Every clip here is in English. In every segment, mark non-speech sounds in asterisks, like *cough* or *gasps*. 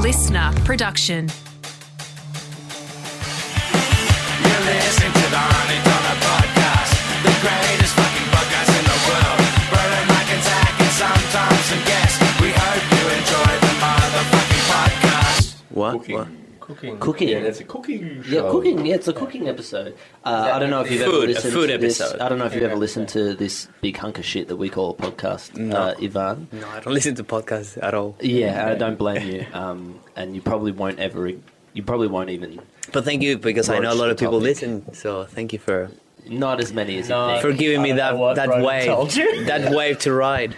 listener production. You listen to the Honey Dollar Podcast, the greatest fucking podcast in the world. Brian McIntyre and Sam Thompson guest. We hope you enjoy the motherfucking podcast. What? Cooking. What? Cooking. Cooking. Yeah, that's a cooking Yeah, show. cooking. Yeah, it's a cooking episode. Uh, I don't know if you've ever Food, a listened food to this. episode. I don't know if you've ever listened to this big hunk of shit that we call a podcast, uh, Ivan. No, I don't listen to podcasts at all. Yeah, I don't blame *laughs* you. Um, and you probably won't ever. You probably won't even. But thank you because I know a Broach lot the of people topic. Uh, listen. So thank you for Not as many as you think. for giving me I don't that know what that Broach wave told you. that wave to ride.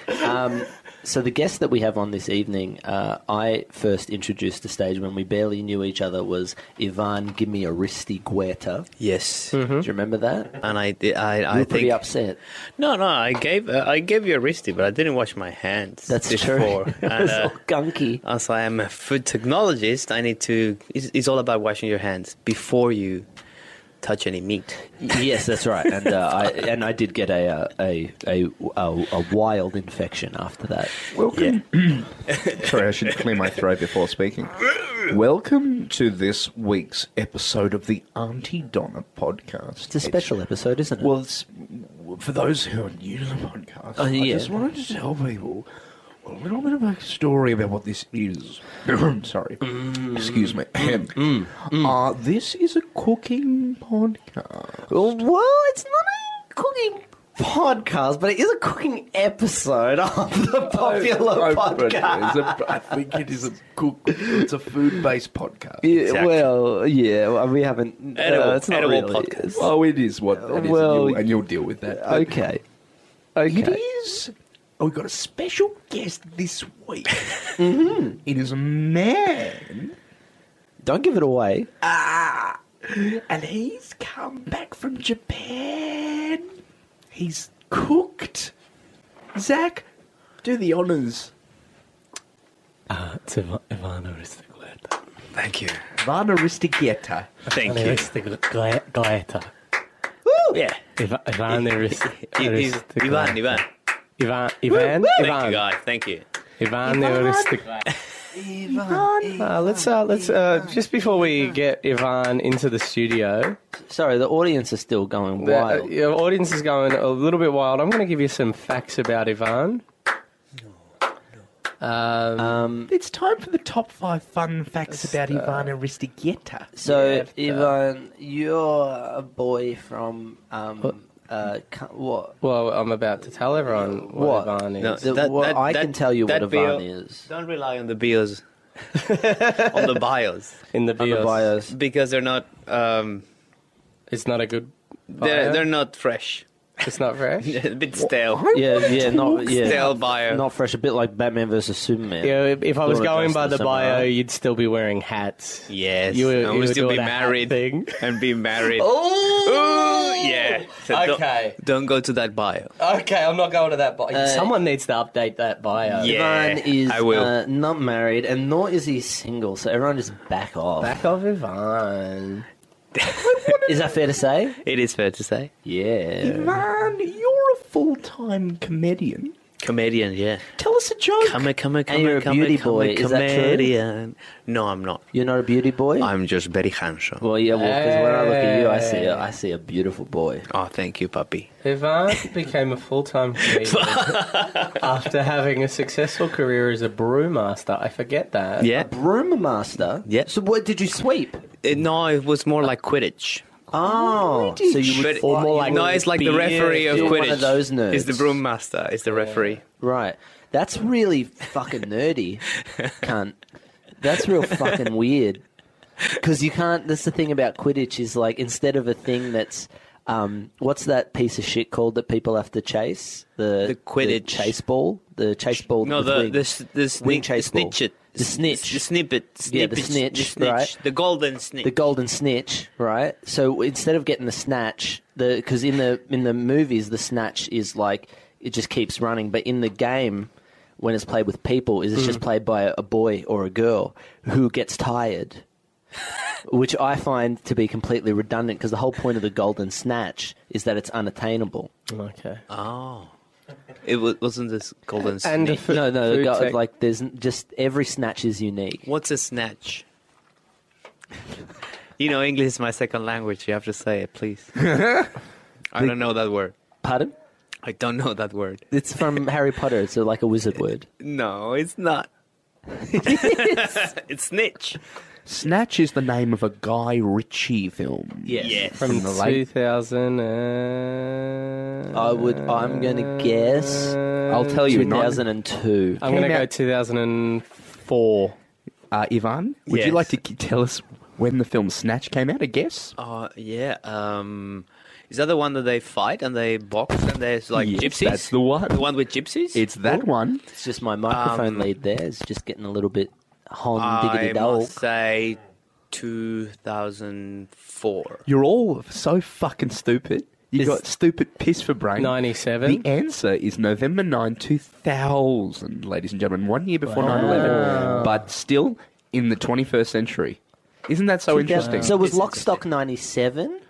So the guest that we have on this evening, uh, I first introduced to stage when we barely knew each other was Ivan Gimme Aristi Guerta. Yes, Do you remember that? and I did- I Mm-hmm. I You were think Hmm. pretty upset. no no I gave uh, I gave you a wristy, but I didn't wash my hands. That's true. *laughs* before. *laughs* And, it's uh, all gunky. also, I am a food technologist. I need to. It's, it's all about washing your hands before you touch any meat. yes, that's right. And uh, I and I did get a uh, a, a a a wild infection after that. Yeah. Yeah. Sorry, I should clear my throat before speaking. Welcome to this week's episode of the Auntie Donna podcast. It's a special episode, isn't it? Well, it's, for those who are new to the podcast, Oh, I yeah. just wanted to tell people a little bit of a story about what this is. *clears throat* Sorry. Mm. Excuse me. Uh, this is a cooking podcast. well, it's not a cooking podcast, but it is a cooking episode of *laughs* the I- I- it's a- I think it is a cook. It's a food-based podcast. Exactly. Well, yeah, well, we haven't. uh, Edible- it's not edible really. podcast. Oh, it is what that is, Well, and, you'll, and you'll deal with that. But Okay. Okay. It is. oh, We've got a special guest this *laughs* week. Mm-hmm. It is a man, Don't give it away. and he's come back from Japan. He's cooked. Zach, do the honors. It's Iv- Ivan Aristocleta. Thank you. Vana Ristigieta. Thank you. Aristocleta. Yeah. Iv- Ivan It is- Ivan, Aristocleta. Ivan. Ivan. Ivan. Thank you, Ivan. guys. Thank you. Ivan Aristocleta. Uh, let's uh, let's uh, just before we get Ivan into the studio, Sorry, the audience is still going the uh, wild. your audience is going a little bit wild. I'm going to give you some facts about Ivan. It's time for the top five fun facts about uh, Ivana Ristigieta. So, Ivan, you're a boy from um, uh, ca- what? Well, I'm about to tell everyone what, What? Ivan is. No, The- well, I can tell you what that Ivan bio- is. Don't rely on the bios, *laughs* on the bios, in the On the bios. bios. because they're not. Um, It's not a good. they're bio. they're not fresh. *laughs* It's not *laughs* fresh. a bit stale. *laughs* Yeah, yeah, not yeah, Stale bio. not fresh. A bit like Batman versus Superman. Yeah, if, if I was Wanna going dress by the the bio, samurai? you'd still be wearing hats. Yes, You were- I you would were still be doing a hat married thing. and be married. Oh, yeah. So don't- Okay. Don't, go to that bio. Okay, I'm not going to that bio. Someone needs to update that bio. Yeah. Ivan is I will. Uh, not married, and nor is he single. So everyone just back off. Back off Ivan. Is that fair to say? It is fair to say, Yeah. Man, you're a full-time comedian. comedian. Yeah, Tell us a joke. come a come a come you're a a come beauty a come boy, a is that true? comedian. No, I'm not. You're not a beauty boy. I'm just very handsome. well, yeah, well, because when I look at you, I see a, I see a beautiful boy. oh, thank you, puppy. Ivan became a *laughs* full-time comedian after having a successful career as a brewmaster. I forget that. Yeah. Broom master. Yeah. So what did you sweep? Uh, no, it was more like Quidditch. Oh, so you would But- fight- you no, would- it's like the referee of You're one Quidditch. of those nerds. It's the broom master. It's the referee. Right. That's really *laughs* fucking nerdy, cunt. That's real fucking weird. Because you can't. That's the thing about Quidditch is like instead of a thing that's, um, what's that piece of shit called that people have to chase? The The Quidditch. chase ball. The chase ball. No, with the wings. the s- the, sni- Wing the chase ball. snitchet. The snitch. The snippet. Yeah, the snippet, snitch, The snitch. right. The golden snitch. the golden snitch, right? So instead of getting the snatch, the because in the in the movies the snatch is like it just keeps running, but in the game when it's played with people, is it's Mm. just played by a, a boy or a girl who gets *laughs* tired, which I find to be completely redundant because the whole point of the golden snatch is that it's unattainable. Okay. oh. It wa- wasn't this golden And snitch. a no, no, food go- tech- like there's n- just every snatch is unique. What's a snatch? you know, English is my second language. You have to say it, *laughs* please. I don't know that word. Pardon? I don't know that word. It's from Harry Potter. It's like a wizard word. No, it's *laughs* not. *laughs* it's snitch. Snatch is the name of a Guy Ritchie film. Yes. from the late- 2000. And... I would. I'm gonna guess. I'll tell you, not- 2002. I'm going to Came go out- 2004. Uh, Ivan, would you Yes. like to k- tell us when the film Snatch came out? A guess? Uh, yeah. Um, is that the one that they fight and they box and there's like Yes, gypsies? that's the one. The one with gypsies? It's that one. It's just my microphone Um, lead there is just getting a little bit hon I diggity dog. must say 2004. You're all so fucking stupid. You Is- got stupid piss for brain. 97. The answer is November 9, 2000, ladies and gentlemen. One year before 9 11, but still in the 21st century. Isn't that so interesting? So it was It's Lockstock 97?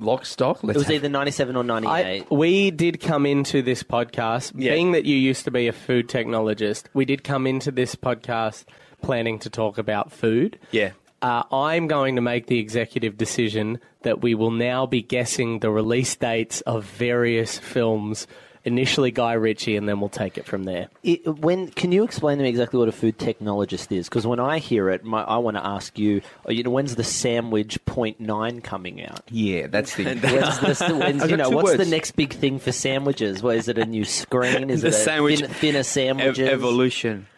Lock, stock, let's It was have- either 97 or 98. I, we did come into this podcast, Yeah. being that you used to be a food technologist, we did come into this podcast planning to talk about food. Yeah. Uh, I'm going to make the executive decision that we will now be guessing the release dates of various films, initially Guy Ritchie, and then we'll take it from there. It, when can you explain to me exactly what a food technologist is? Because when I hear it, my, I want to ask you, oh, you know, when's the sandwich point nine coming out? Yeah, *laughs* that's the. When's this, *laughs* when's, I've you got know, two what's the words. next big thing for sandwiches? What is it? A new screen? Is The it a sandwich thin, thinner Ev- sandwiches? evolution.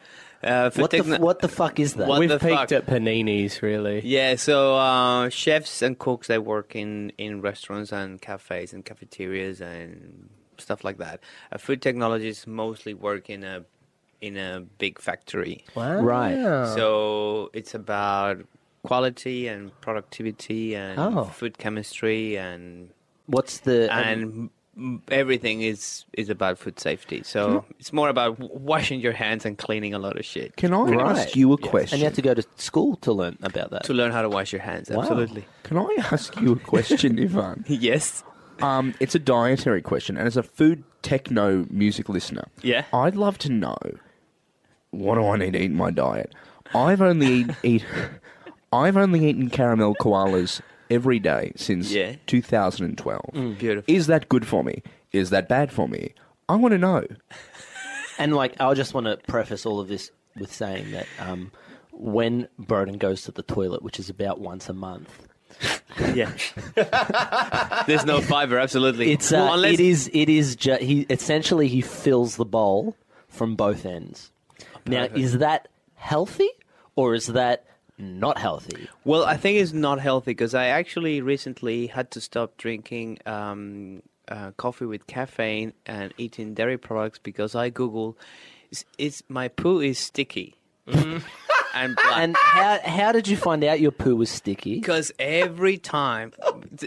Uh, for What the, techno- f- what the fuck is that? What We've the peaked fuck? at Panini's, really. Yeah, so uh, chefs and cooks they work in, in restaurants and cafes and cafeterias and stuff like that. Uh, food technologists mostly work in a in a big factory. Wow. Right. So it's about quality and productivity and Oh. food chemistry and What's the and m- everything is is about food safety. So it's more about w- washing your hands and cleaning a lot of shit. Can I Right. ask you a Yes. question? and you have to go to school to learn about that. to learn how to wash your hands, Wow. absolutely. *laughs* Can I ask you a *laughs* question, Ivan? Yes. Um, it's a dietary question, and as a food techno music listener, Yeah. I'd love to know what do I need to eat in my diet. I've only eat, eat I've only eaten caramel koalas every day since Yeah. 2012. Beautiful. Is that good for me? Is that bad for me? I want to know. And like, I just want to preface all of this with saying that um, when Broden goes to the toilet, which is about once a month, Yeah. There's no fiber, absolutely. it's uh, it is it is ju- he essentially he fills the bowl from both ends. Now, Perfect. is that healthy or is that not healthy? Well, I think it's not healthy because I actually recently had to stop drinking um, uh, coffee with caffeine and eating dairy products because I Google, is, is my poo is sticky *laughs* and black. And how how did you find out your poo was sticky? because every time,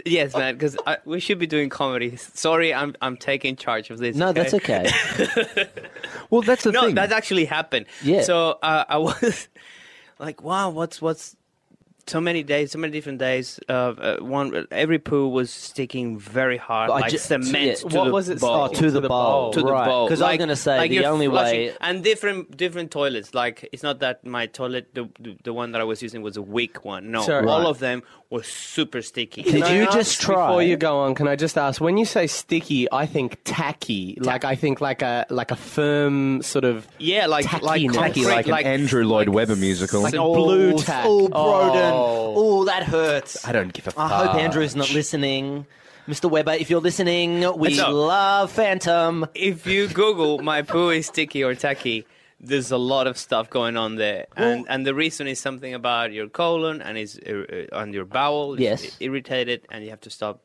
yes, man. Because we should be doing comedy. Sorry, I'm I'm taking charge of this. No, that's okay. *laughs* Well, that's the no, thing. that actually happened. Yeah. So uh, I was *laughs* like, wow, what's what's so many days, so many different days. Of, uh, one, every poo was sticking very hard, I like ju- yeah. cement. To What the was it bowl. Oh, to the bowl, To the right. bowl. Because I was going to say like the you're only flushing- way. and different different toilets. Like it's not that my toilet, the, the, the one that I was using was a weak one. No, Sorry. all Right. of them were super sticky. Did Can I you ask just try? Before you go on, can I just ask? When you say sticky, I think tacky. Like I think like a like a firm sort of yeah, like like Tackiness. concrete, like an Andrew Lloyd Webber musical. Like old- blue tack. Oh, Broden. Oh. Oh, that hurts. I don't give a I fuck. hope Andrew's not listening. Mr. Weber, if you're listening, we That's- love Phantom. if you Google my poo is sticky or tacky, there's a lot of stuff going on there, and and the reason is something about your colon and is ir- uh, on your bowel. is Yes. i- irritated, and you have to stop.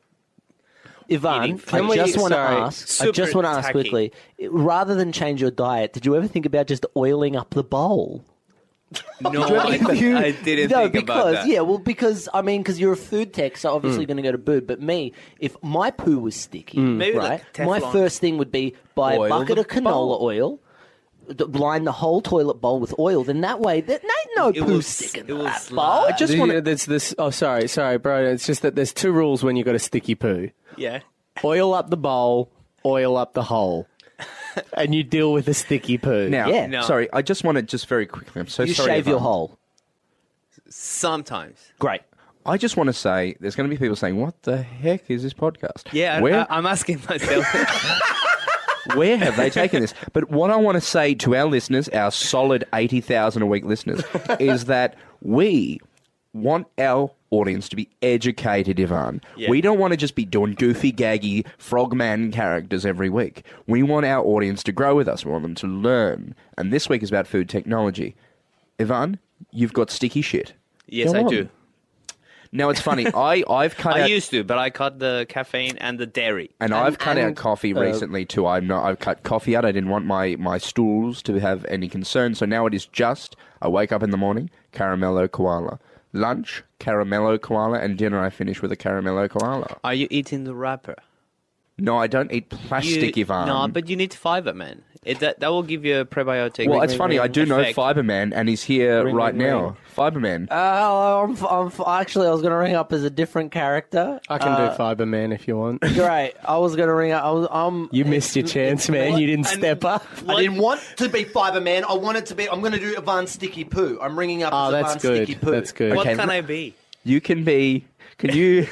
Ivan, Eating I food. just Can we- want to sorry, ask. I super just want to ask tacky. quickly. Rather than change your diet, did you ever think about just oiling up the bowl? No, I, I didn't no, think because about that. Mm. yeah, well, because I mean, because you're a food tech, so obviously going to go to food. But me, if my poo was sticky, Maybe right, like my Teflon. first thing would be buy Oil a bucket the of canola oil. d- Line the whole toilet bowl with oil, then that way there ain't no It poo will s- sticking it to will that slide. bowl. I just want there's this oh sorry sorry bro it's just that there's two rules when you got a sticky poo yeah. oil up the bowl oil up the hole and you deal with a sticky poo. Now, Yeah. No. sorry, I just want to just very quickly. I'm so You sorry. shave your everyone. hole. Sometimes. Great. I just want to say there's going to be people saying, "What the heck is this podcast?" Yeah, uh, where I, I'm asking myself. *laughs* *laughs* where have they taken this? But what I want to say to our listeners, our solid eighty thousand a *laughs* week listeners, is that we want our audience to be educated, Ivan. Yeah. We don't want to just be doing goofy, gaggy frogman characters every week. We want our audience to grow with us. We want them to learn. And this week is about food technology. Ivan, you've got sticky shit. yes, Go I on. do. Now it's funny. I I've *laughs* cut I out, used to, but I cut the caffeine and the dairy. and, I've cut out and, coffee uh, recently too. I'm not. I've cut coffee out. I didn't want my my stools to have any concern. So now it is just. I wake up in the morning, caramello koala. Lunch, caramello koala, and dinner. I finish with a caramello koala. Are you eating the wrapper? No, I don't eat plastic, you, Ivan. No, but you need fiber, man. It, that, that will give you a probiotic. well, it's funny. I do know effect. Fiberman, and he's here Ring, right ring, now. Fiberman. Uh, I'm, I'm, actually, I was going to ring up as a different character. Uh, I can do Fiber Man if you *laughs* want. Great. I was going to ring up. I was, um, You missed your chance, man. You didn't step up. I didn't want to be fiber man. I wanted to be. I'm going to do Ivan Sticky Poo. I'm ringing up as Oh, that's Ivan good. Sticky Poo. That's good. What Okay, can l- I be? you can be. *laughs* Can you?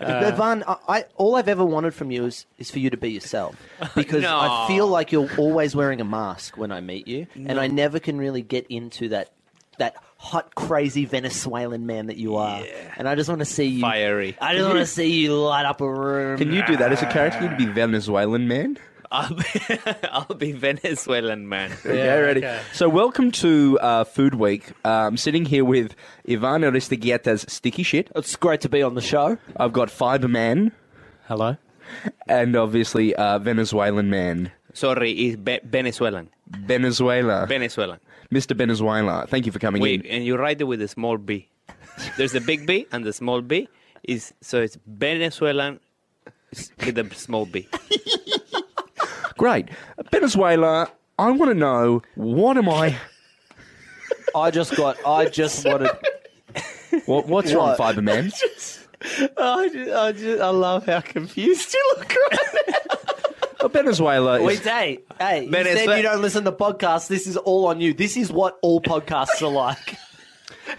Ivan, I, I, all I've ever wanted from you is, is for you to be *laughs* yourself because No. I feel like you're always wearing a mask when I meet you, and I never can really get into that that hot, crazy Venezuelan man that you are. And I just want to see you Fiery. I just want to see you light up a room. can you do that as a character? You'd be Venezuelan man. I'll be, *laughs* I'll be Venezuelan, man. Okay, ready. So, welcome to uh, Food Week. Uh, I'm sitting here with Ivan Aristeguieta's Sticky Shit. It's great to be on the show. I've got Fiber Man Hello. and obviously uh, Venezuelan Man. Sorry, it's Be- Venezuelan. Venezuela. Venezuelan. Mr. Venezuela, thank you for coming Wait, in. and you write it with a small b. There's the big B and the small b. Is so it's Venezuelan s- with a small b. Great. Venezuela, I want to know what am I. I just got. I *laughs* just wanted. What, what's wrong, What? *laughs* Fiber Man? I, just, I, just, I love how confused you look Well, Venezuela Wait, *laughs* is. hey, hey! You Venezuela- said you don't listen to podcasts. This is all on you. This is what all podcasts *laughs* are like.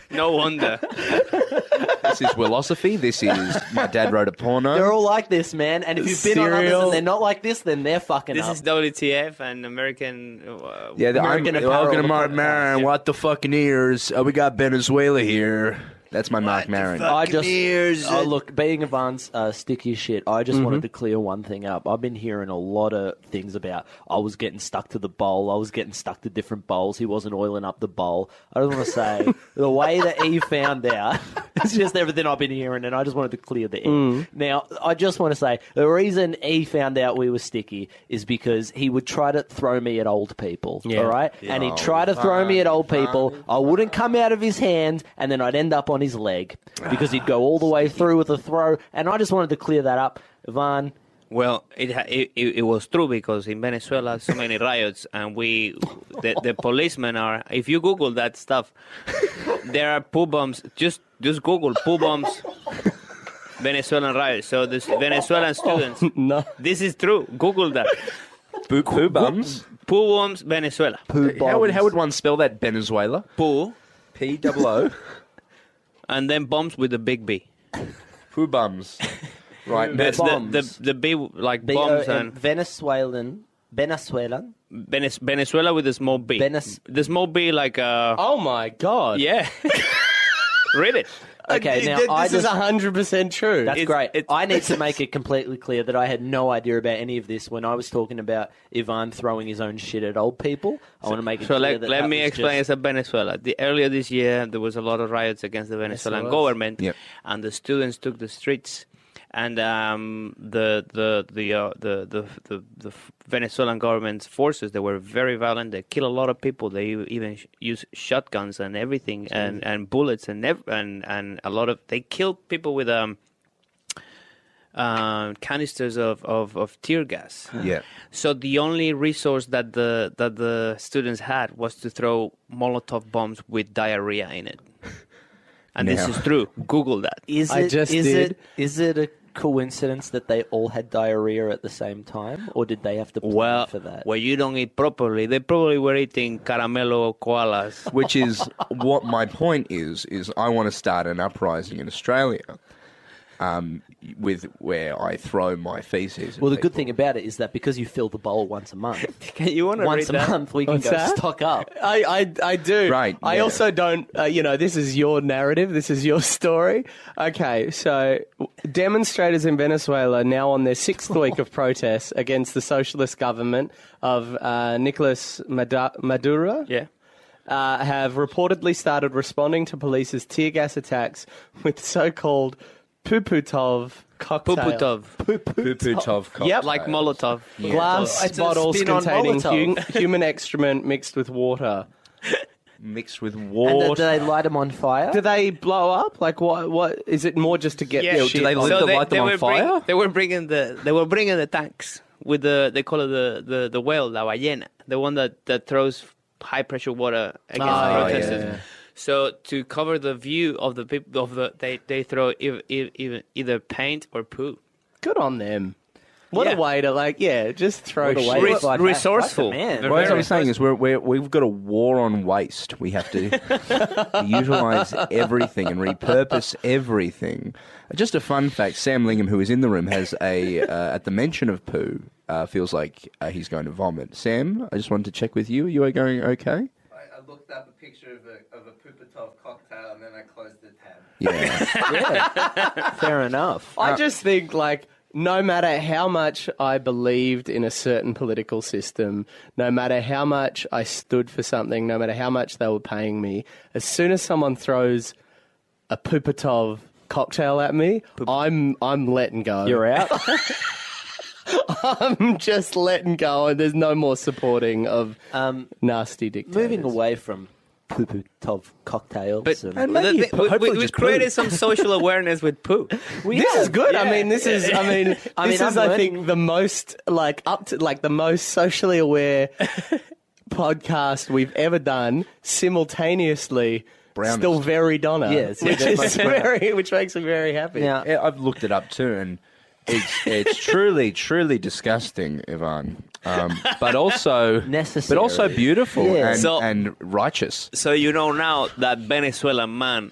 No wonder. This is philosophy. This is my dad wrote a porno. They're all like this, man. And if you've been on others Cereal. and they're not like this, then they're fucking This up. is WTF and American. Uh, yeah, the- American I'm Apparel, Welcome to the Mark podcast, Maron. What the fucking ears? Oh, we got Venezuela here. That's my Mark Maron. I just oh, look being Ivan's uh, sticky shit. I just wanted to clear one thing up. I've been hearing a lot of things about I was getting stuck to the bowl. I was getting stuck to different bowls. He wasn't oiling up the bowl. I just want to say the way that he found out *laughs* is just everything I've been hearing, and I just wanted to clear the air. Now I just want to say the reason he found out we were sticky is because he would try to throw me at old people. Yeah. All right, and he'd try to Oh, throw me at fine. old people. I wouldn't come out of his hand, and then I'd end up on his leg because he'd go all the way through with a throw. And I just wanted to clear that up, Ivan. Well, it, ha- it it it was true because in Venezuela so many riots, and we the, the policemen are. If you Google that stuff, there are poo bombs. Just just Google poo bombs, Venezuelan riots. So this Venezuelan students. No. This is true. Google that. Boo, poo bums. Poo bombs Venezuela. Poo How would bombs. how would one spell that Venezuela? Poo P double *laughs* O. and then bombs with a big B. Poo bums. *laughs* Right. now- That's the, Bombs. the the B like B O bombs M- and Venezuelan, Venezuelan. Venez- Venezuela with a small B. Venez- the small B like uh Oh my god. yeah. *laughs* Read it. Okay, Uh, Th- now th- I this just. is hundred percent true. that's it's- great. it's- I need *laughs* to make it completely clear that I had no idea about any of this when I was talking about Ivan throwing his own shit at old people. I want to make it So clear let, that let that me was explain. It's just- a Venezuela. The, earlier this year, there was a lot of riots against the Venezuelan was. government, Yep. and the students took the streets. And um, the the the, uh, the the the the Venezuelan government's forces they were very violent. They kill a lot of people. They even sh- use shotguns and everything, and, and bullets and, ev- and and a lot of they kill people with um, um canisters of, of, of tear *laughs* gas. Yeah. So the only resource that the that the students had was to throw Molotov bombs with diarrhea in it. And this Now- is true. Google that. Is I it, just is did. it is it a coincidence that they all had diarrhea at the same time, or did they have to plan Well, for that? well, you don't eat properly. They probably were eating caramelo *laughs* koalas. Which is what my point is. Is I want to start an uprising in Australia, um, with where I throw my feces. at Well, the good people. thing about it is that because you fill the bowl once a month, *laughs* Can you want to once a read that? month we can What's go that? stock up. I, I, I do. Right, I yeah. also don't, uh, you know, this is your narrative. This is your *laughs* story. Okay, so w- demonstrators in Venezuela now on their *laughs* sixth week of protests against the socialist government of uh, Nicolas Madu- Maduro Yeah. uh, have reportedly started responding to police's tear gas attacks with so called Puputov cocktail. Puputov. Puputov cocktail. Yep. Like Molotov. Glass It's a bottles spin on containing Molotov. hu- human excrement mixed with water. mixed with And water. then do they light them on fire? Do they blow up? Like what? What is it more just to get? Yeah, their do shit they on? live- So Did they they, light them they on were bring- fire? they were bringing the they were bringing the tanks with the they call it the the, the whale la ballena, the one that that throws high pressure water against Ah, yeah, protesters. yeah, yeah. So to cover the view of the people of the they they throw ev- ev- ev- either paint or poo. Good on them. What Yeah. a way to like, yeah, just throw What a way shit. to Res- fight back. resourceful. That's a man. Well, as I was saying, is we're, we're, we've got a war on waste. We have to utilize everything and repurpose everything. Just a fun fact: Sam Lingham, who is in the room, has a uh, at the mention of poo, uh, feels like uh, he's going to vomit. Sam, I just wanted to check with you. You are going okay? I, I looked up a picture of a, of a Pupatov cocktail and then I closed the tab. Yeah. Fair enough. I just think like. No matter how much I believed in a certain political system, no matter how much I stood for something, no matter how much they were paying me, as soon as someone throws a Pupatov cocktail at me, I'm I'm letting go. You're *laughs* out. *laughs* I'm just letting go, and there's no more supporting of Um, nasty dictators. moving away from Puputov cocktails. But and- the maybe thing- poo- we- we, hopefully we just poo. created some *laughs* social awareness with poo. This is good. I Yeah. mean, this is. I mean, I this mean, is. I'm I think the most like up to like the most socially aware podcast we've ever done simultaneously. Brownest. Still very Donna, Yeah, it's- which yeah, that's is my brand. very, which makes me very happy. now, Yeah, I've looked it up too, and it's it's truly truly disgusting, Ivan. Um, but also Necessary. but also beautiful Yeah. and, So- and righteous. So you know now that Venezuelan man,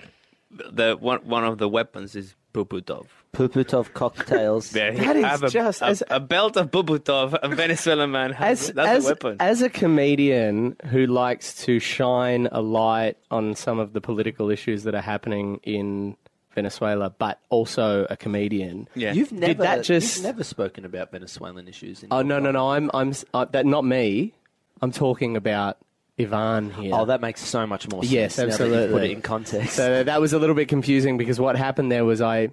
the one one of the weapons is Puputov. Puputov cocktails. *laughs* There, That is I have a, just a, as- a belt of Bubutov, a Venezuelan man. Has, as that's as a weapon. as a comedian who likes to shine a light on some of the political issues that are happening in Venezuela, but also a comedian. yeah. You've never, that you've just- never spoken about Venezuelan issues. In Oh your no no life. no! I'm I'm s- uh, that not me. I'm talking about Ivan here. Oh, that makes so much more sense. Yes, now that you've put absolutely. it in context. so that was a little bit confusing because what happened there was I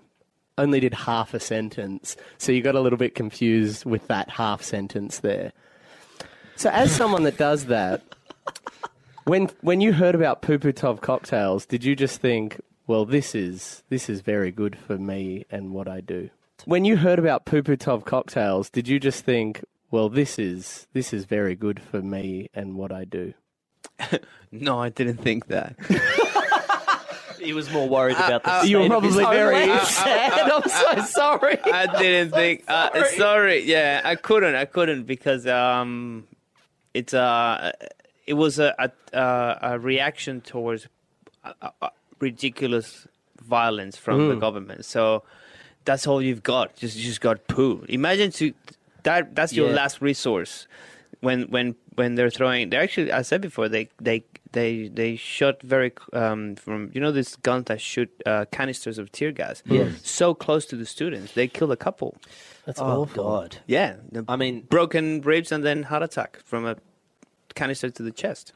only did half a sentence, so you got a little bit confused with that half sentence there. So as someone that does that, when when you heard about Puputov cocktails, did you just think, well, this is this is very good for me and what I do? When you heard about Puputov cocktails, did you just think, well, this is this is very good for me and what I do? no, I didn't think that. he was more worried about the. You were state of his probably own very land. *laughs* sad. I'm so sorry. *laughs* I didn't think. *laughs* Uh, sorry. yeah, I couldn't. I couldn't because um, it's uh, it was a a, uh, a reaction towards uh, uh, ridiculous violence from the government. So that's all you've got. Just you just got poo. Imagine to that. That's your Yeah. last resource when when when they're throwing. They actually, I said before, they they. They they shot very um, from you know these guns that shoot uh, canisters of tear gas so close to the students they killed a couple That's Oh God. yeah, the I mean, broken ribs and then heart attack from a canister to the chest.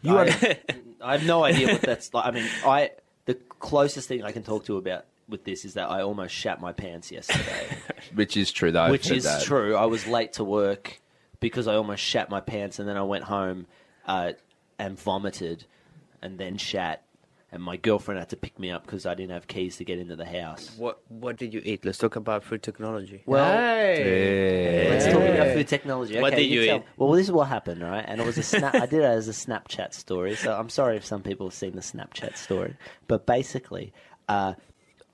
You I, *laughs* I have no idea what that's like. I mean, I the closest thing I can talk to about with this is that I almost shat my pants yesterday, Which is true, though. I've which heard is that. true. I was late to work because I almost shat my pants, and then I went home uh, and vomited, and then shat, and my girlfriend had to pick me up because I didn't have keys to get into the house. What What did you eat? Let's talk about food technology. Let's talk about food technology. What Okay, did you eat? Well, this is what happened, right? And it was a snap. I did it as a Snapchat story, so I'm sorry if some people have seen the Snapchat story. But basically, uh,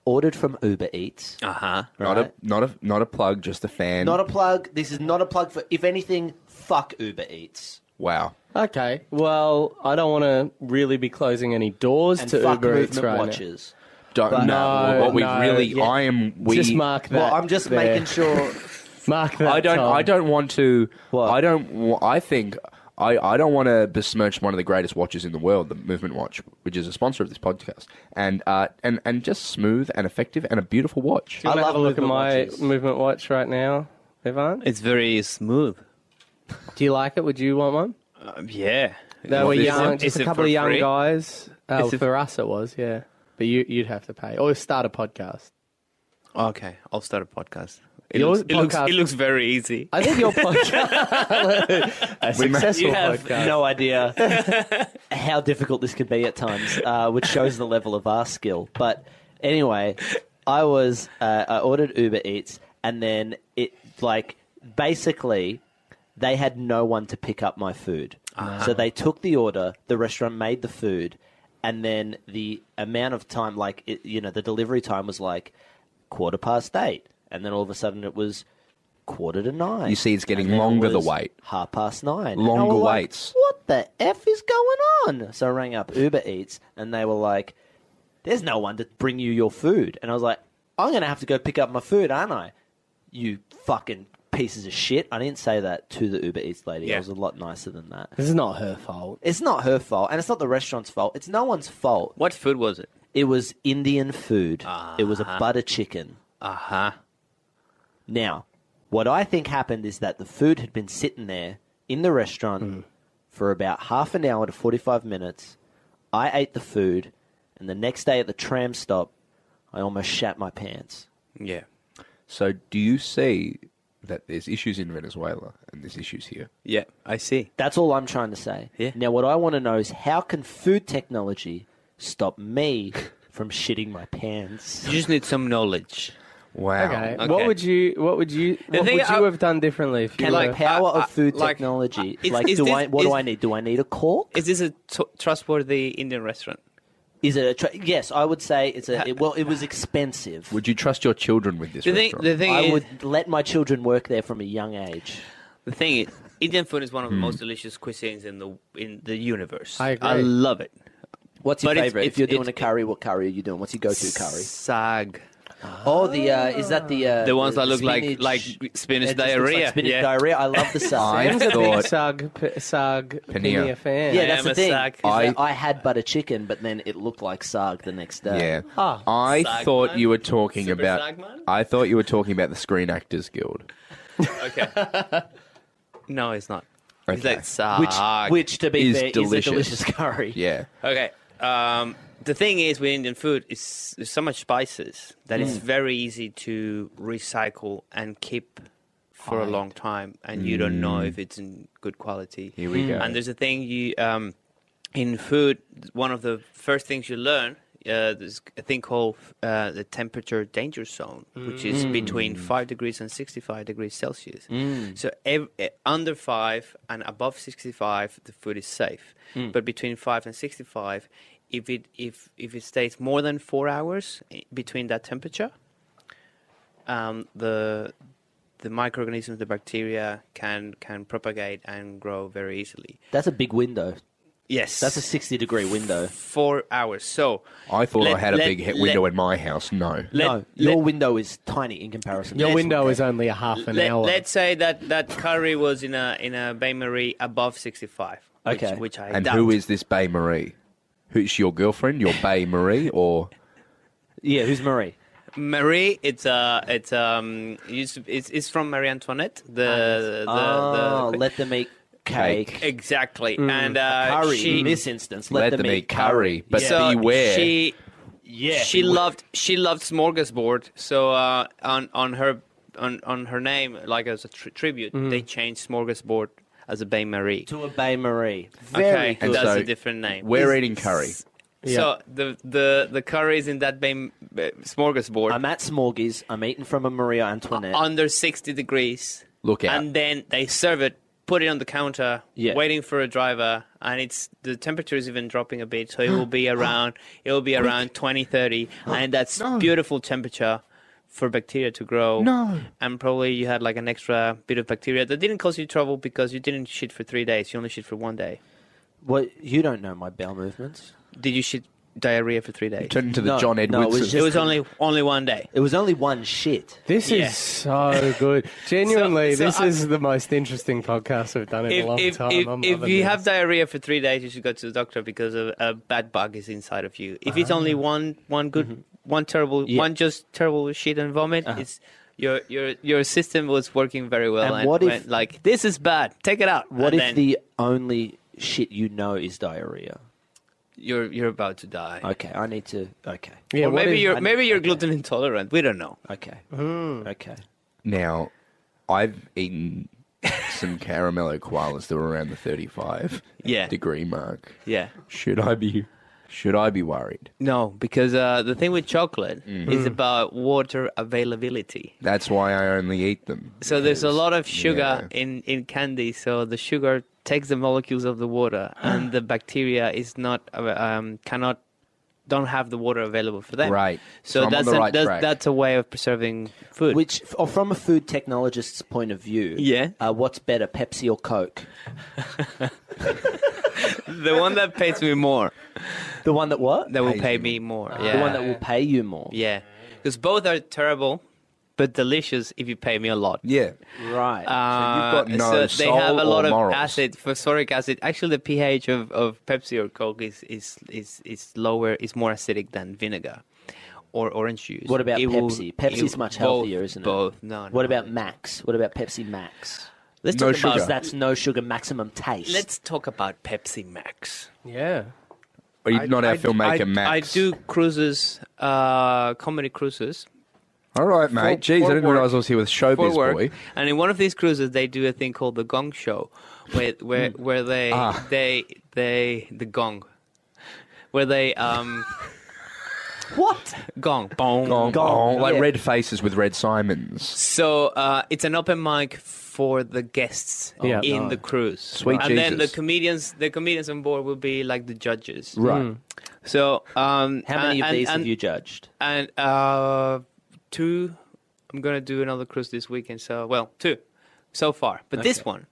ordered from Uber Eats. Uh huh. Not a not a not a plug, just a fan. Not a plug. This is not a plug for. If anything, fuck Uber Eats. wow. Okay. Well, I don't want to really be closing any doors And to fuck Uber movement Eats right now. watches. Don't But- know No, what we no, really. yeah. I am. We just mark that. Well, I'm just there. making *laughs* sure. Mark that. I don't. Tom. I don't want to. What? I don't. wa- I think. I, I don't want to besmirch one of the greatest watches in the world, the Movement Watch, which is a sponsor of this podcast, and uh, and and just smooth and effective and a beautiful watch. Do you I wanna have love a look at movement my watches. movement watch right now, Ivan. It's very smooth. Do you like it? Would you want one? Um, yeah. They were Is it- young, is just a it couple for of young free? guys. Oh, Is it- for us it was, yeah. But you, you'd have to pay or start a podcast. Okay, I'll start a podcast. It, Your looks, it, looks, podcast- it looks very easy. *laughs* I think your podcast, a successful you have podcast. no idea *laughs* how difficult this could be at times, uh, which shows the level of our skill. But anyway, I was uh, I ordered Uber Eats, and then it like basically they had no one to pick up my food, so Ah. they took the order. The restaurant made the food, and then the amount of time, like it, you know, the delivery time was like quarter past eight, and then all of a sudden it was. Quarter to nine. You see it's getting And then it longer the was wait. half past nine. And Longer I was like, waits. what the f is going on? So I rang up Uber Eats, and they were like, "There's no one to bring you your food." And I was like, "I'm gonna have to go pick up my food, aren't I?" You fucking pieces of shit. I didn't say that to the Uber Eats lady. I Yeah. was a lot nicer than that. This is not her fault. It's not her fault, and it's not the restaurant's fault. It's no one's fault. What food was it? It was Indian food. It was Uh-huh. a butter chicken. Uh huh. Now, what I think happened is that the food had been sitting there in the restaurant Hmm. for about half an hour to 45 minutes. I ate the food, and the next day at the tram stop, I almost shat my pants. Yeah. So do you see that there's issues in Venezuela and there's issues here? Yeah, I see. That's all I'm trying to say. Yeah. Now, what I want to know is how can food technology stop me *laughs* from shitting my pants? You just need some knowledge. Wow. Okay. Oh, Okay. What would you? What would you? What would thing you I- have done differently if you Can were? the I- power I- of food uh, like, uh, technology, is- like, is do this- I, what do is- I need? Do I need a cork? Is this a t- trustworthy Indian restaurant? Is it a? Tra- yes, I would say it's a. It, well, it was expensive. Would you trust your children with this The thing, restaurant? the thing I is, would let my children work there from a young age. the thing is, Indian food is one of the most delicious cuisines in the in the universe. Hmm. I agree. love it. What's your But it's- favorite? it's- if you're doing a it's- curry, what curry are you doing? What's your go-to curry? Sag, Oh, the uh, is that the uh, the ones that look spinach- like like spinach it just looks like diarrhea. spinach yeah. diarrhea. I love the I sauce. a big thought Sag P- Sag Paneer. Paneer fan. yeah, I that's am the a thing. suck. is that I- I had butter chicken, but then it looked like sarg the next day. Yeah. I Sagman? thought you were talking Super about Sagman? I thought you were talking about the Screen Actors Guild. Okay. *laughs* no, it's not. It's Okay. like sag. Which, which to be Is fair, delicious. is a delicious curry. Yeah. Okay. Um, the thing is with Indian food is there's so much spices that it's Mm. very easy to recycle and keep for a long time, and you don't know if it's in good quality. Mm. Here we go. And there's a thing you um, in food. One of the first things you learn. Uh, there's a thing called uh, the temperature danger zone, which is Mm. between five degrees and sixty-five degrees Celsius. Mm. So ev- eh, under five and above sixty-five, the food is safe. Mm. But between five and sixty-five, if it if if it stays more than four hours i- between that temperature, um, the the microorganisms, the bacteria can can propagate and grow very easily. That's a big window. Yes, That's a sixty degree window. four hours. So I thought let- I had a let- big hit window let- in my house. No. Let- no, your let- window is tiny in comparison. Your Let's- window is only a half an Let, hour. us say that that curry was in a in a bain marie above sixty five. Okay. which, which I and doubt. who is this Bay Marie? Who's your girlfriend? Your Bay *laughs* Marie or yeah, who's Marie? Marie? It's uh, it's um, used to- it's, it's from Marie Antoinette. The, the, oh, the let them eat cake. exactly, and uh, curry she in this instance. let, Let, them eat curry? But so beware. she Yeah, she loved she loved smorgasbord. So uh, on on her on on her name, like as a tri- tribute, Mm-hmm. they changed smorgasbord as a Bain Marie. to a Bay Marie. Very okay, good. that's so a different name. We're eating curry. So the the the curry is in that Bain uh, smorgasbord I'm at Smorgies. I'm eating from a Maria Antoinette. under sixty degrees. Look out. and then they serve it put it on the counter, Yeah. waiting for a driver, and it's the temperature is even dropping a bit, so it will *gasps* be around it will be around 20, 30, and that's No. beautiful temperature for bacteria to grow. No. and probably you had like an extra bit of bacteria that didn't cause you trouble because you didn't shit for three days. You only shit for one day. Well, you don't know my bowel movements. Did you shit diarrhea for three days? Turned into the No, John no, it Edwards. was It just- was only only one day. It was only one shit. This Yeah. is so good. *laughs* Genuinely, so this I- is the most interesting podcast we've done in a long if, time. If, I'm if loving you this. have diarrhea for three days, you should go to the doctor because a, a bad bug is inside of you. If it's only one one good, one terrible, Ah. Mm-hmm. Yeah. Uh-huh. one just terrible shit and vomit, it's your your your system was working very well. And And, what if- went like this is bad? Take it out. What and if then the only shit you know is diarrhea? you're you're about to die? Okay, I need to. Okay, Yeah, or what maybe if- you're I- maybe you're Hmm. okay. gluten intolerant. We don't know. okay, okay. *laughs* Now, I've eaten some caramello koalas that were around the 35 Yeah. degree mark. Yeah. Should I be should I be worried? No, because uh, the thing with chocolate Mm-hmm. is about water availability. That's why I only eat them. So there's a because- lot of sugar Yeah. in, in candy. So the sugar takes the molecules of the water, and *sighs* the bacteria is not uh, um, cannot don't have the water available for them. Right. So, So I'm on that's the a, right that's, track. that's a way of preserving food. Which, f- or from a food technologist's point of view, Yeah. uh, what's better, Pepsi or Coke? the one that pays me more, The one that what? that will Pays pay you me more. The yeah. one that will pay you more. yeah. Because both are terrible, but delicious if you pay me a lot. Yeah. Right. Uh, So you've got no so they soul have a or lot of morals. acid, phosphoric acid. Actually, the pH of, of Pepsi or Coke is, is is is lower, is more acidic than vinegar or orange juice. what about It will- Pepsi? Pepsi's it- much both- healthier, isn't it? Both. No. What no. about Max? What about Pepsi Max? Let's No talk about sugar. that's no sugar maximum taste. Let's talk about Pepsi Max. yeah. Or you'd not our do- filmmaker I, Max. I do cruises, uh, comedy cruises. All right, For- mate. Jeez, for I didn't work. realize I was here with for Showbiz work. Boy. And in one of these cruises, they do a thing called the Gong Show, where where where they Ah. they they the gong, where they um *laughs* what? gong bong Gong, Gong, oh, like yeah. red faces with red Simons. So uh, it's an open mic for the guests Yeah. in no. the cruise. Sweet and then the Jesus. comedians, the comedians on board will be like the judges. Right. So um, How many Hmm. and- of these and, have you judged? and uh, two. I'm gonna do another cruise this weekend. So well, two so far, but this one.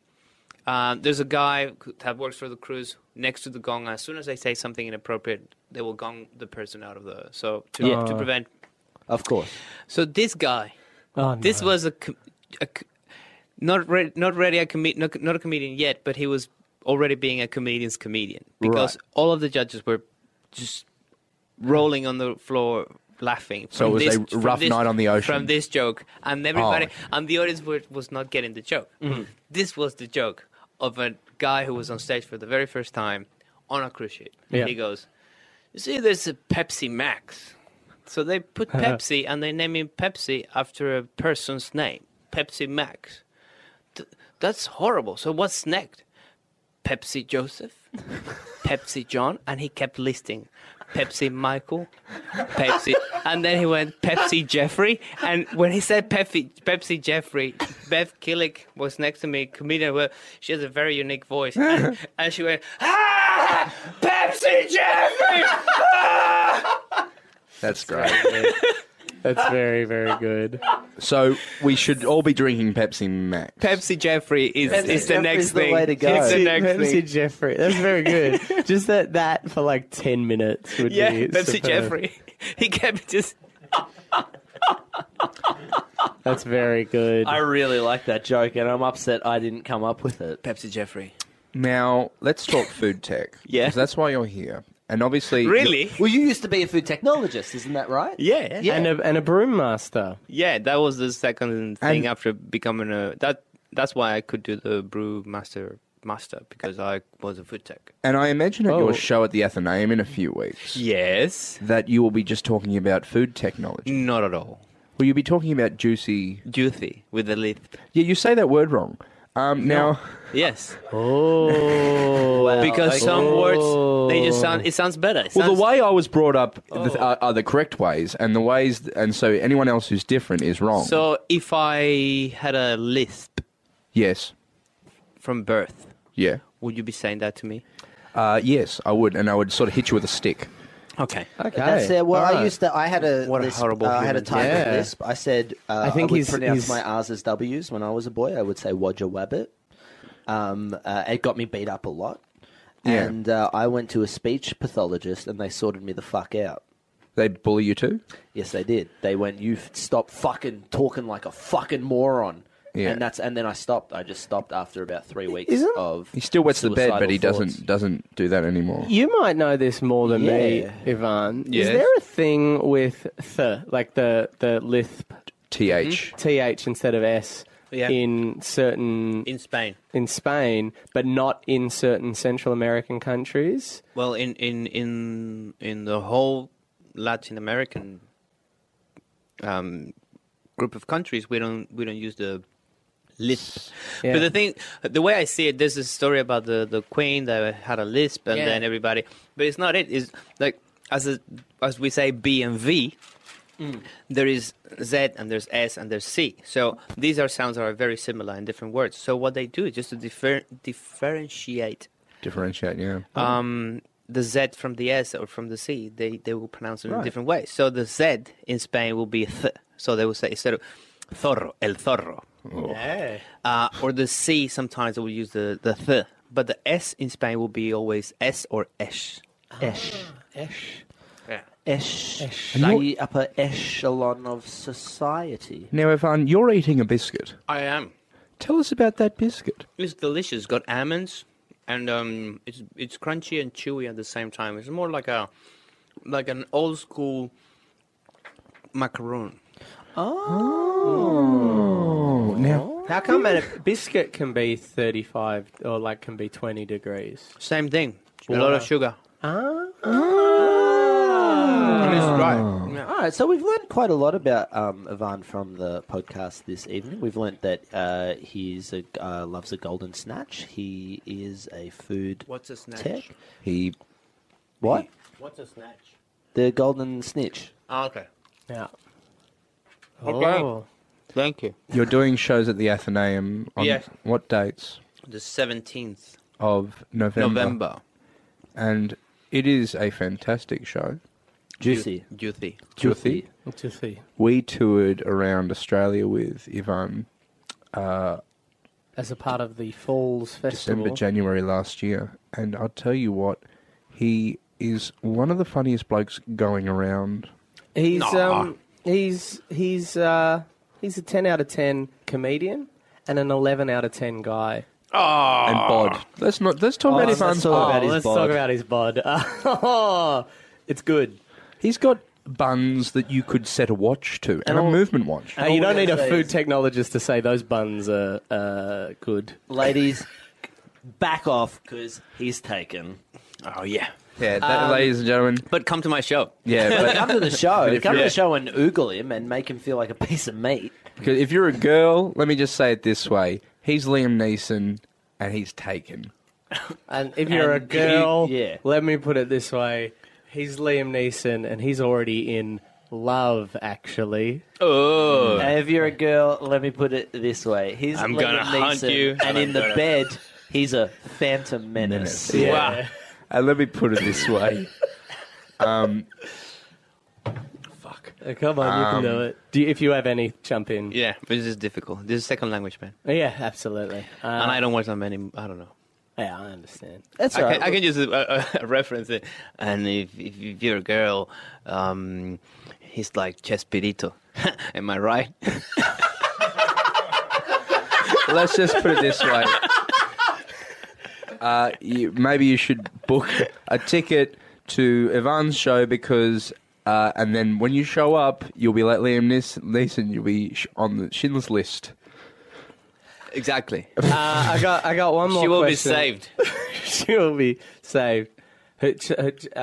Um, there's a guy who- that works for the cruise next to the gong. As soon as they say something inappropriate, they will gong the person out of the. So to, Yeah. to prevent. Of course. So this guy, Oh, this no. was a, com- a c- not re- not really a com- not, not a comedian yet, but he was already being a comedian's comedian because Right. all of the judges were just rolling on the floor laughing. from So it was this- a from rough this- night on the ocean. from this joke, and everybody okay. and the audience were, was not getting the joke. This was the joke of a guy who was on stage for the very first time on a cruise ship. Yeah. He goes, "You see, there's a Pepsi Max." So they put Pepsi and they name him Pepsi after a person's name, Pepsi Max. Th- that's horrible. So what's next? Pepsi Joseph, Pepsi John, and he kept listing Pepsi Michael, Pepsi, and then he went Pepsi Jeffrey. And when he said Pepsi, Pepsi Jeffrey, Beth Killick was next to me, comedian. Well, she has a very unique voice, and, and she went, "Ah, Pepsi Jeffrey." That's great. That's very, very good. so we should all be drinking Pepsi Max. Pepsi Jeffrey is, is the Jeffrey's next the thing. way to go. It's the *laughs* Pepsi- next Pepsi thing. Jeffrey. That's *laughs* very good. Just that that for like ten minutes would Yeah, be. Pepsi superb. Jeffrey. *laughs* He kept just. That's very good. I really like that joke, and I'm upset I didn't come up with it. Pepsi Jeffrey. Now let's talk food tech. *laughs* Yeah. 'Cause that's why you're here. And obviously, Really? Well, you used to be a food technologist, isn't that right? Yeah, yeah, And a and a broom master. yeah. That was the second thing And- after becoming a that. That's why I could do the brew master master because I was a food tech. And I imagine at Oh. your show at the Athenaeum in a few weeks Yes, that you will be just talking about food technology. not at all. Will you be talking about juicy? Juicy with the leaf. Yeah, you say that word wrong. Um, now, Yes, Oh, because some words they just sound. It sounds better. It well, sounds- Oh. the way I was brought up the, are, are the correct ways, and the ways, and so anyone else who's different is wrong. So if I had a lisp, yes, from birth, Yeah. would you be saying that to me? Uh, yes, I would, and I would sort of hit you with a stick. Okay. Okay. That's it. Well, I Alright. used to. I had a. What a lisp, horrible uh, I had a human. time Yeah. lisp. I said. Uh, I I think think I would he's- pronounce he's- my R's as W's when I was a boy. I would say Wodger Wabbit. Um, uh, it got me beat up a lot, Yeah. and uh, I went to a speech pathologist, and they sorted me the fuck out. They bully you too. Yes, they did. They went, "You f- stop fucking talking like a fucking moron." Yeah. And that's and then I stopped. I just stopped after about three weeks Isn't- of. He still wets the bed, but he suicidal doesn't doesn't do that anymore. You might know this more than me, Yeah. Ivan. Yes. Is there a thing with th, like the the lisp Th. th instead of s Yeah. in certain In Spain. in Spain, but not in certain Central American countries? Well, in in in in the whole Latin American um, group of countries, we don't we don't use the lisp. Yeah. But the thing, the way I see it, there's a story about the the queen that had a lisp, and Yeah. then everybody. But it's not it. Is like as a, as we say B and V. Mm. There is Z and there's S and there's C. So these are sounds that are very similar in different words. So what they do is just to differ, differentiate Differentiate, yeah. um, the Z from the S or from the C, they, they will pronounce it in Right. a different way. So the Z in Spain will be th. So they will say instead of zorro, el zorro. Uh, or the C sometimes they will use the, the th. But the S in Spain will be always S or esh. Esh. Esh. Esh. Esh. The upper echelon of society. Now, Ivan, you're eating a biscuit. I am. Tell us about that biscuit. It's delicious. Got almonds, and um, it's it's crunchy and chewy at the same time. It's more like a like an old school macaron. Oh, now How come a biscuit can be 35 or like can be 20 degrees? Same thing. A lot of sugar. Ah. And it's right. Yeah. All right, so we've learned quite a lot about um, Ivan from the podcast this evening. We've learned that uh, he's a, uh, loves a golden snatch. He is a food What's a snatch? tech. he What? What's a snatch? The golden snitch. Ah, okay. Yeah. Okay. Oh. Thank you. You're doing shows at the Athenaeum on Yes. what dates The 17th of November? November. And it is a fantastic show. Juicy. Juicy. Juicy. To see. We toured around Australia with Ivan As a part of the Falls Festival. December, January last year. And I'll tell you what, he is one of the funniest blokes going around. He's Nah. um he's he's uh he's a ten out of ten comedian and an eleven out of ten guy. And Bod. Let's not let's talk about Ah, Ivan's Ah. all bod. about his Oh, let's bod. talk about his *laughs* bod. it's good. He's got buns that you could set a watch to and a Oh. all- movement watch. Hey, you all don't we need a say food is- technologist to say those buns are uh, good. Ladies, back off because he's taken. Oh, yeah. Yeah, that, um, ladies and gentlemen. But come to my show. Yeah, but *laughs* *laughs* Come *laughs* to the show. if Come to you're- the show and oogle him and make him feel like a piece of meat. Because if you're a girl, let me just say it this way: he's Liam Neeson, and he's taken. And if you're And a if you- girl, yeah. let me put it this way: he's Liam Neeson, and he's already in love. Actually, Oh. Now, if you're a girl, let me put it this way: he's I'm Liam gonna hunt Neeson, you, and and in I'm the gonna- *laughs* bed, he's a phantom menace. Menace. Wow. And let me put it this way: um, fuck. Uh, come on, you can do it. Do you, if you have any, jump in. Yeah, but this is difficult. This is second language, man. Yeah, absolutely. Uh, and I don't watch that many. I don't know. yeah, I understand. That's I right. can, I can just uh, uh, reference it. And if, if, if you're a girl, um, he's like Chespirito. *laughs* Am I right? Let's just put it this way: uh, you, maybe you should book a ticket to Ivan's show because. Uh, and then when you show up, you'll be like Liam Nees- Neeson. You'll be sh- on the Schindler's List. exactly. *laughs* Uh, I got, I got one more. She will be question. saved. *laughs* she will be saved. Her ch- her ch- Uh,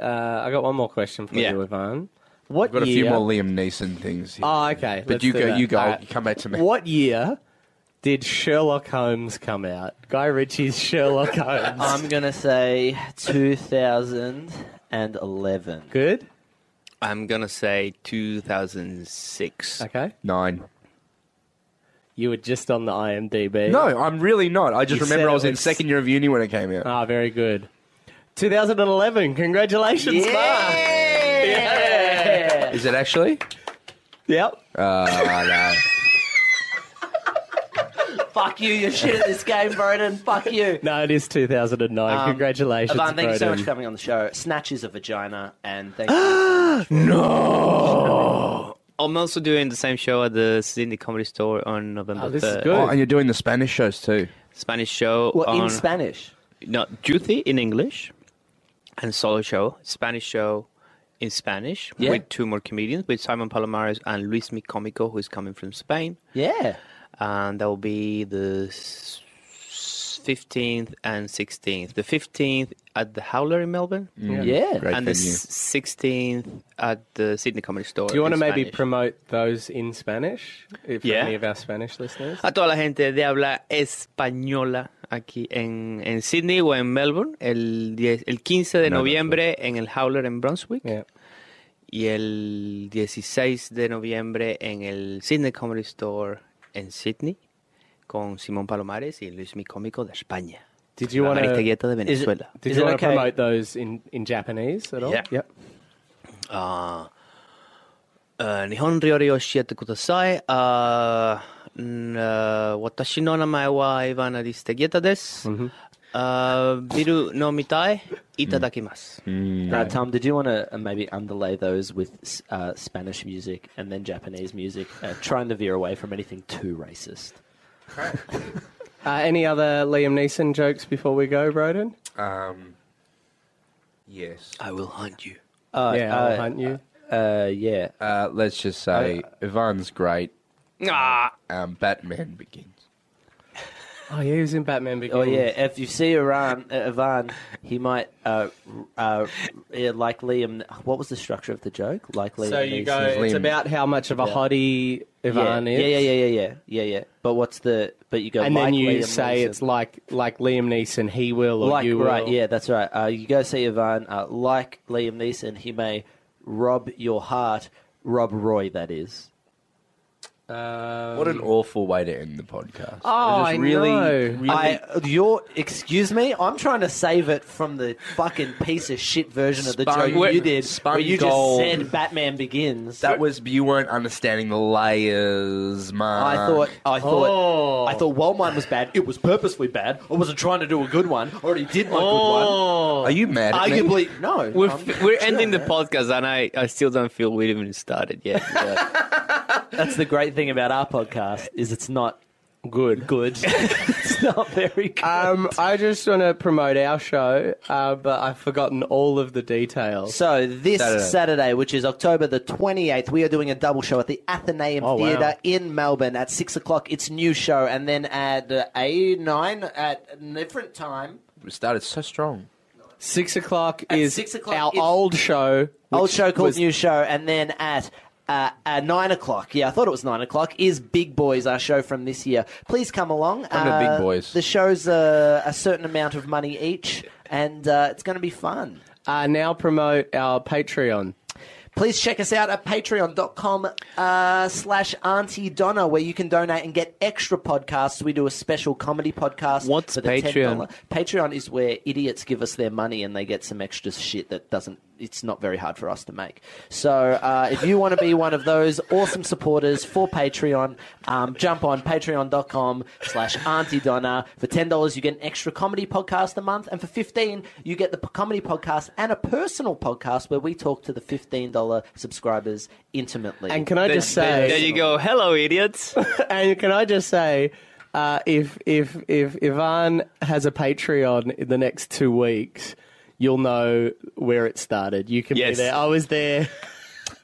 uh, I got one more question for Yeah. you, Ivan. What Got a year? few more Liam Neeson things. Here. Oh, okay. But let's you do go, that. you go, All right. you come back to me. What year did Sherlock Holmes come out? Guy Ritchie's Sherlock Holmes. I'm gonna say 2011. Good. I'm going to say 2006. Okay. Nine. You were just on the IMDb. No, I'm really not. I just You remember said I was it in was- second year of uni when it came out. Ah, very good. 2011. Congratulations, Mark. Yeah. Is it *laughs* actually? Yep. Uh, Fuck you, you're shit at this game, Broden. Fuck *laughs* you. No, it is 2009. Um, Congratulations, Ivan, thank you so Broden. much for coming on the show. Snatch is a vagina, and thank you. I'm also doing the same show at the Sydney Comedy Store on November Oh, this is 3rd. good. oh, and you're doing the Spanish shows too. Spanish show Well, on in Spanish. no, Juthi in English and solo show, Spanish show in Spanish Yeah. with two more comedians with Simon Palomares and Luis Mi Comico who is coming from Spain. Yeah. and that will be the s- 15th and 16th. The 15th at the Howler in Melbourne, Yeah. Great and the venue. s- 16th at the Sydney Comedy Store. Do you want to in maybe Spanish. promote those in Spanish if for Yeah. any of our Spanish listeners? A toda la gente de habla española aquí en, en Sydney o en Melbourne el, 10 el 15 de No, no, noviembre en el Howler en Brunswick Yeah. y el 16 de noviembre en el Sydney Comedy Store en Sydney con Simón Palomares y Luis Mi Cómico de España. Did you want to? Did Aristeguieta de Is it- Venezuela. is you it want okay? to promote those in, in Japanese at all? Yeah. Yep. Uh, uh, Nihon ryorio shiete kudasai. Uh, n- uh, watashi no namae wa Ivan Aristeguieta desu. Mm-hmm. Uh, biru no mitai itadakimasu. Mm-hmm. Mm, Uh, Tom, did you want to uh, maybe underlay those with uh, Spanish music and then Japanese music, uh, trying to veer away from anything too racist? Uh, any other Liam Neeson jokes before we go, Broden? Um, yes. I will hunt you. Uh, yeah, I'll hunt you. uh, uh, yeah. Uh, let's just say Ivan's great. Ah, Um, Batman Begins. Oh, yeah, he was in Batman Begins. Oh yeah, if you see Iran, uh, Ivan, he might uh, uh, yeah, like Liam. What was the structure of the joke? Like Liam. So you Neeson's- go. It's Liam. about how much of a Yeah. hottie Ivan yeah. is. yeah, yeah, yeah, yeah, yeah, yeah, yeah. But what's the? But you go. And like then you Liam say Neeson. it's like like Liam Neeson, he will or like you will. right. Yeah, that's right. Uh, you go see Ivan. Uh, like Liam Neeson, he may rob your heart. Rob Roy, that is. Um, What an awful way to end the podcast. Oh, just I really, know. really- I, your, excuse me, I'm trying to save it from the fucking piece of shit version of the Spun- joke you where- did, spun where you gold. just said Batman Begins. that was you weren't understanding the layers, man. I thought, I thought, Oh. I thought. While mine was bad, it was purposely bad. I wasn't trying to do a good one. I already did my Are you mad? At me? good one. oh, Arguably, no. we're I'm- f- we're ending the podcast, and I, I still don't feel we even started yet. That's the great thing about our podcast is it's not good. Good. *laughs* Uh, it's not very good. Um, I just want to promote our show, uh, but I've forgotten all of the details. So this Saturday. Saturday. which is October the twenty eighth, we are doing a double show at the Athenaeum Oh, wow. Theatre in Melbourne at six o'clock. It's new show, and then at uh, a nine at a different time. we started so strong. Six o'clock At is six o'clock, our it's- old show. old which show called was- New Show, and then at. Uh, uh, nine o'clock. Yeah, I thought it was nine o'clock. Is Big Boys our show from this year? Please come along. Come to Big Boys. The show's uh, a certain amount of money each, and uh, it's going to be fun. Uh, now promote our *laughs* Patreon. Please check us out at patreon.com uh, slash Auntie Donna, where you can donate and get extra podcasts. We do a special comedy podcast. What's for the Patreon? $10. Patreon is where idiots give us their money and they get some extra shit that doesn't, it's not very hard for us to make. So uh, if you want to be one of those awesome supporters for Patreon, um, jump on patreon.com slash Auntie Donna. For $10, you get an extra comedy podcast a month. And for 15 you get the p- comedy podcast and a personal podcast where we talk to the $15 subscribers intimately. And can I just there, there say? you go. Hello, *laughs* idiots. And can I just say? Uh, if if if Ivan has a Patreon in the next two weeks, you'll know where it started. You can Yes. be there. I was there.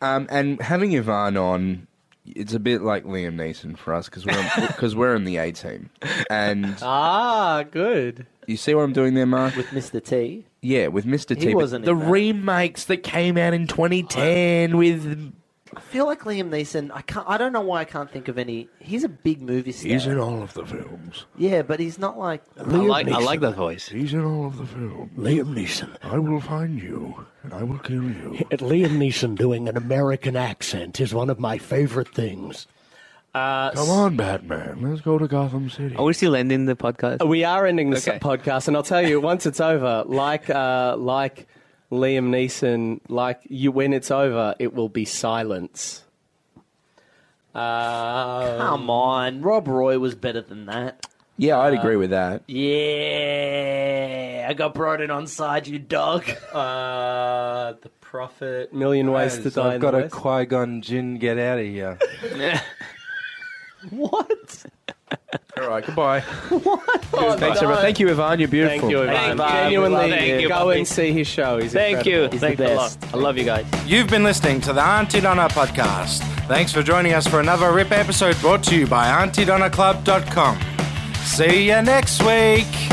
Um, and having Ivan on, it's a bit like Liam Neeson for us because *laughs* we're because we're in the A team. And Ah, good. you see what I'm doing there, Mark? with Mr. T. Yeah, with Mr. He T. but wasn't the in that. remakes that came out in 2010 with I feel like Liam Neeson, I can't, I don't know why I can't think of any. He's a big movie star. He's in all of the films. yeah, but he's not like. I like I like that voice. He's in all of the films. Liam Neeson. I will find you and I will kill you. Liam Neeson doing an American accent is one of my favorite things. Uh, Come on, Batman. Let's go to Gotham City. Are we still ending the podcast? We are ending this Okay. podcast, and I'll tell you once it's over. Like, uh, like Liam Neeson, like you. When it's over, it will be silence. Uh, Come on, Rob Roy was better than that. yeah, I'd agree with that. Yeah, I got brought in on side, you dog. uh, the prophet, million ways to Guys, die. I've in got the a West. Qui Gon Jinn. Get out of here. what? All right, goodbye. Thanks, Sarah, thank you, Ivan. You're beautiful. Thank you, Thank Ivan. you. Genuinely, Thank you, go Bobby. and see his show. He's Thank incredible. you. He's the Thanks a lot. best. I love you guys. You've been listening to the Auntie Donna podcast. Thanks for joining us for another RIP episode brought to you by AuntieDonnaClub.com. See you next week.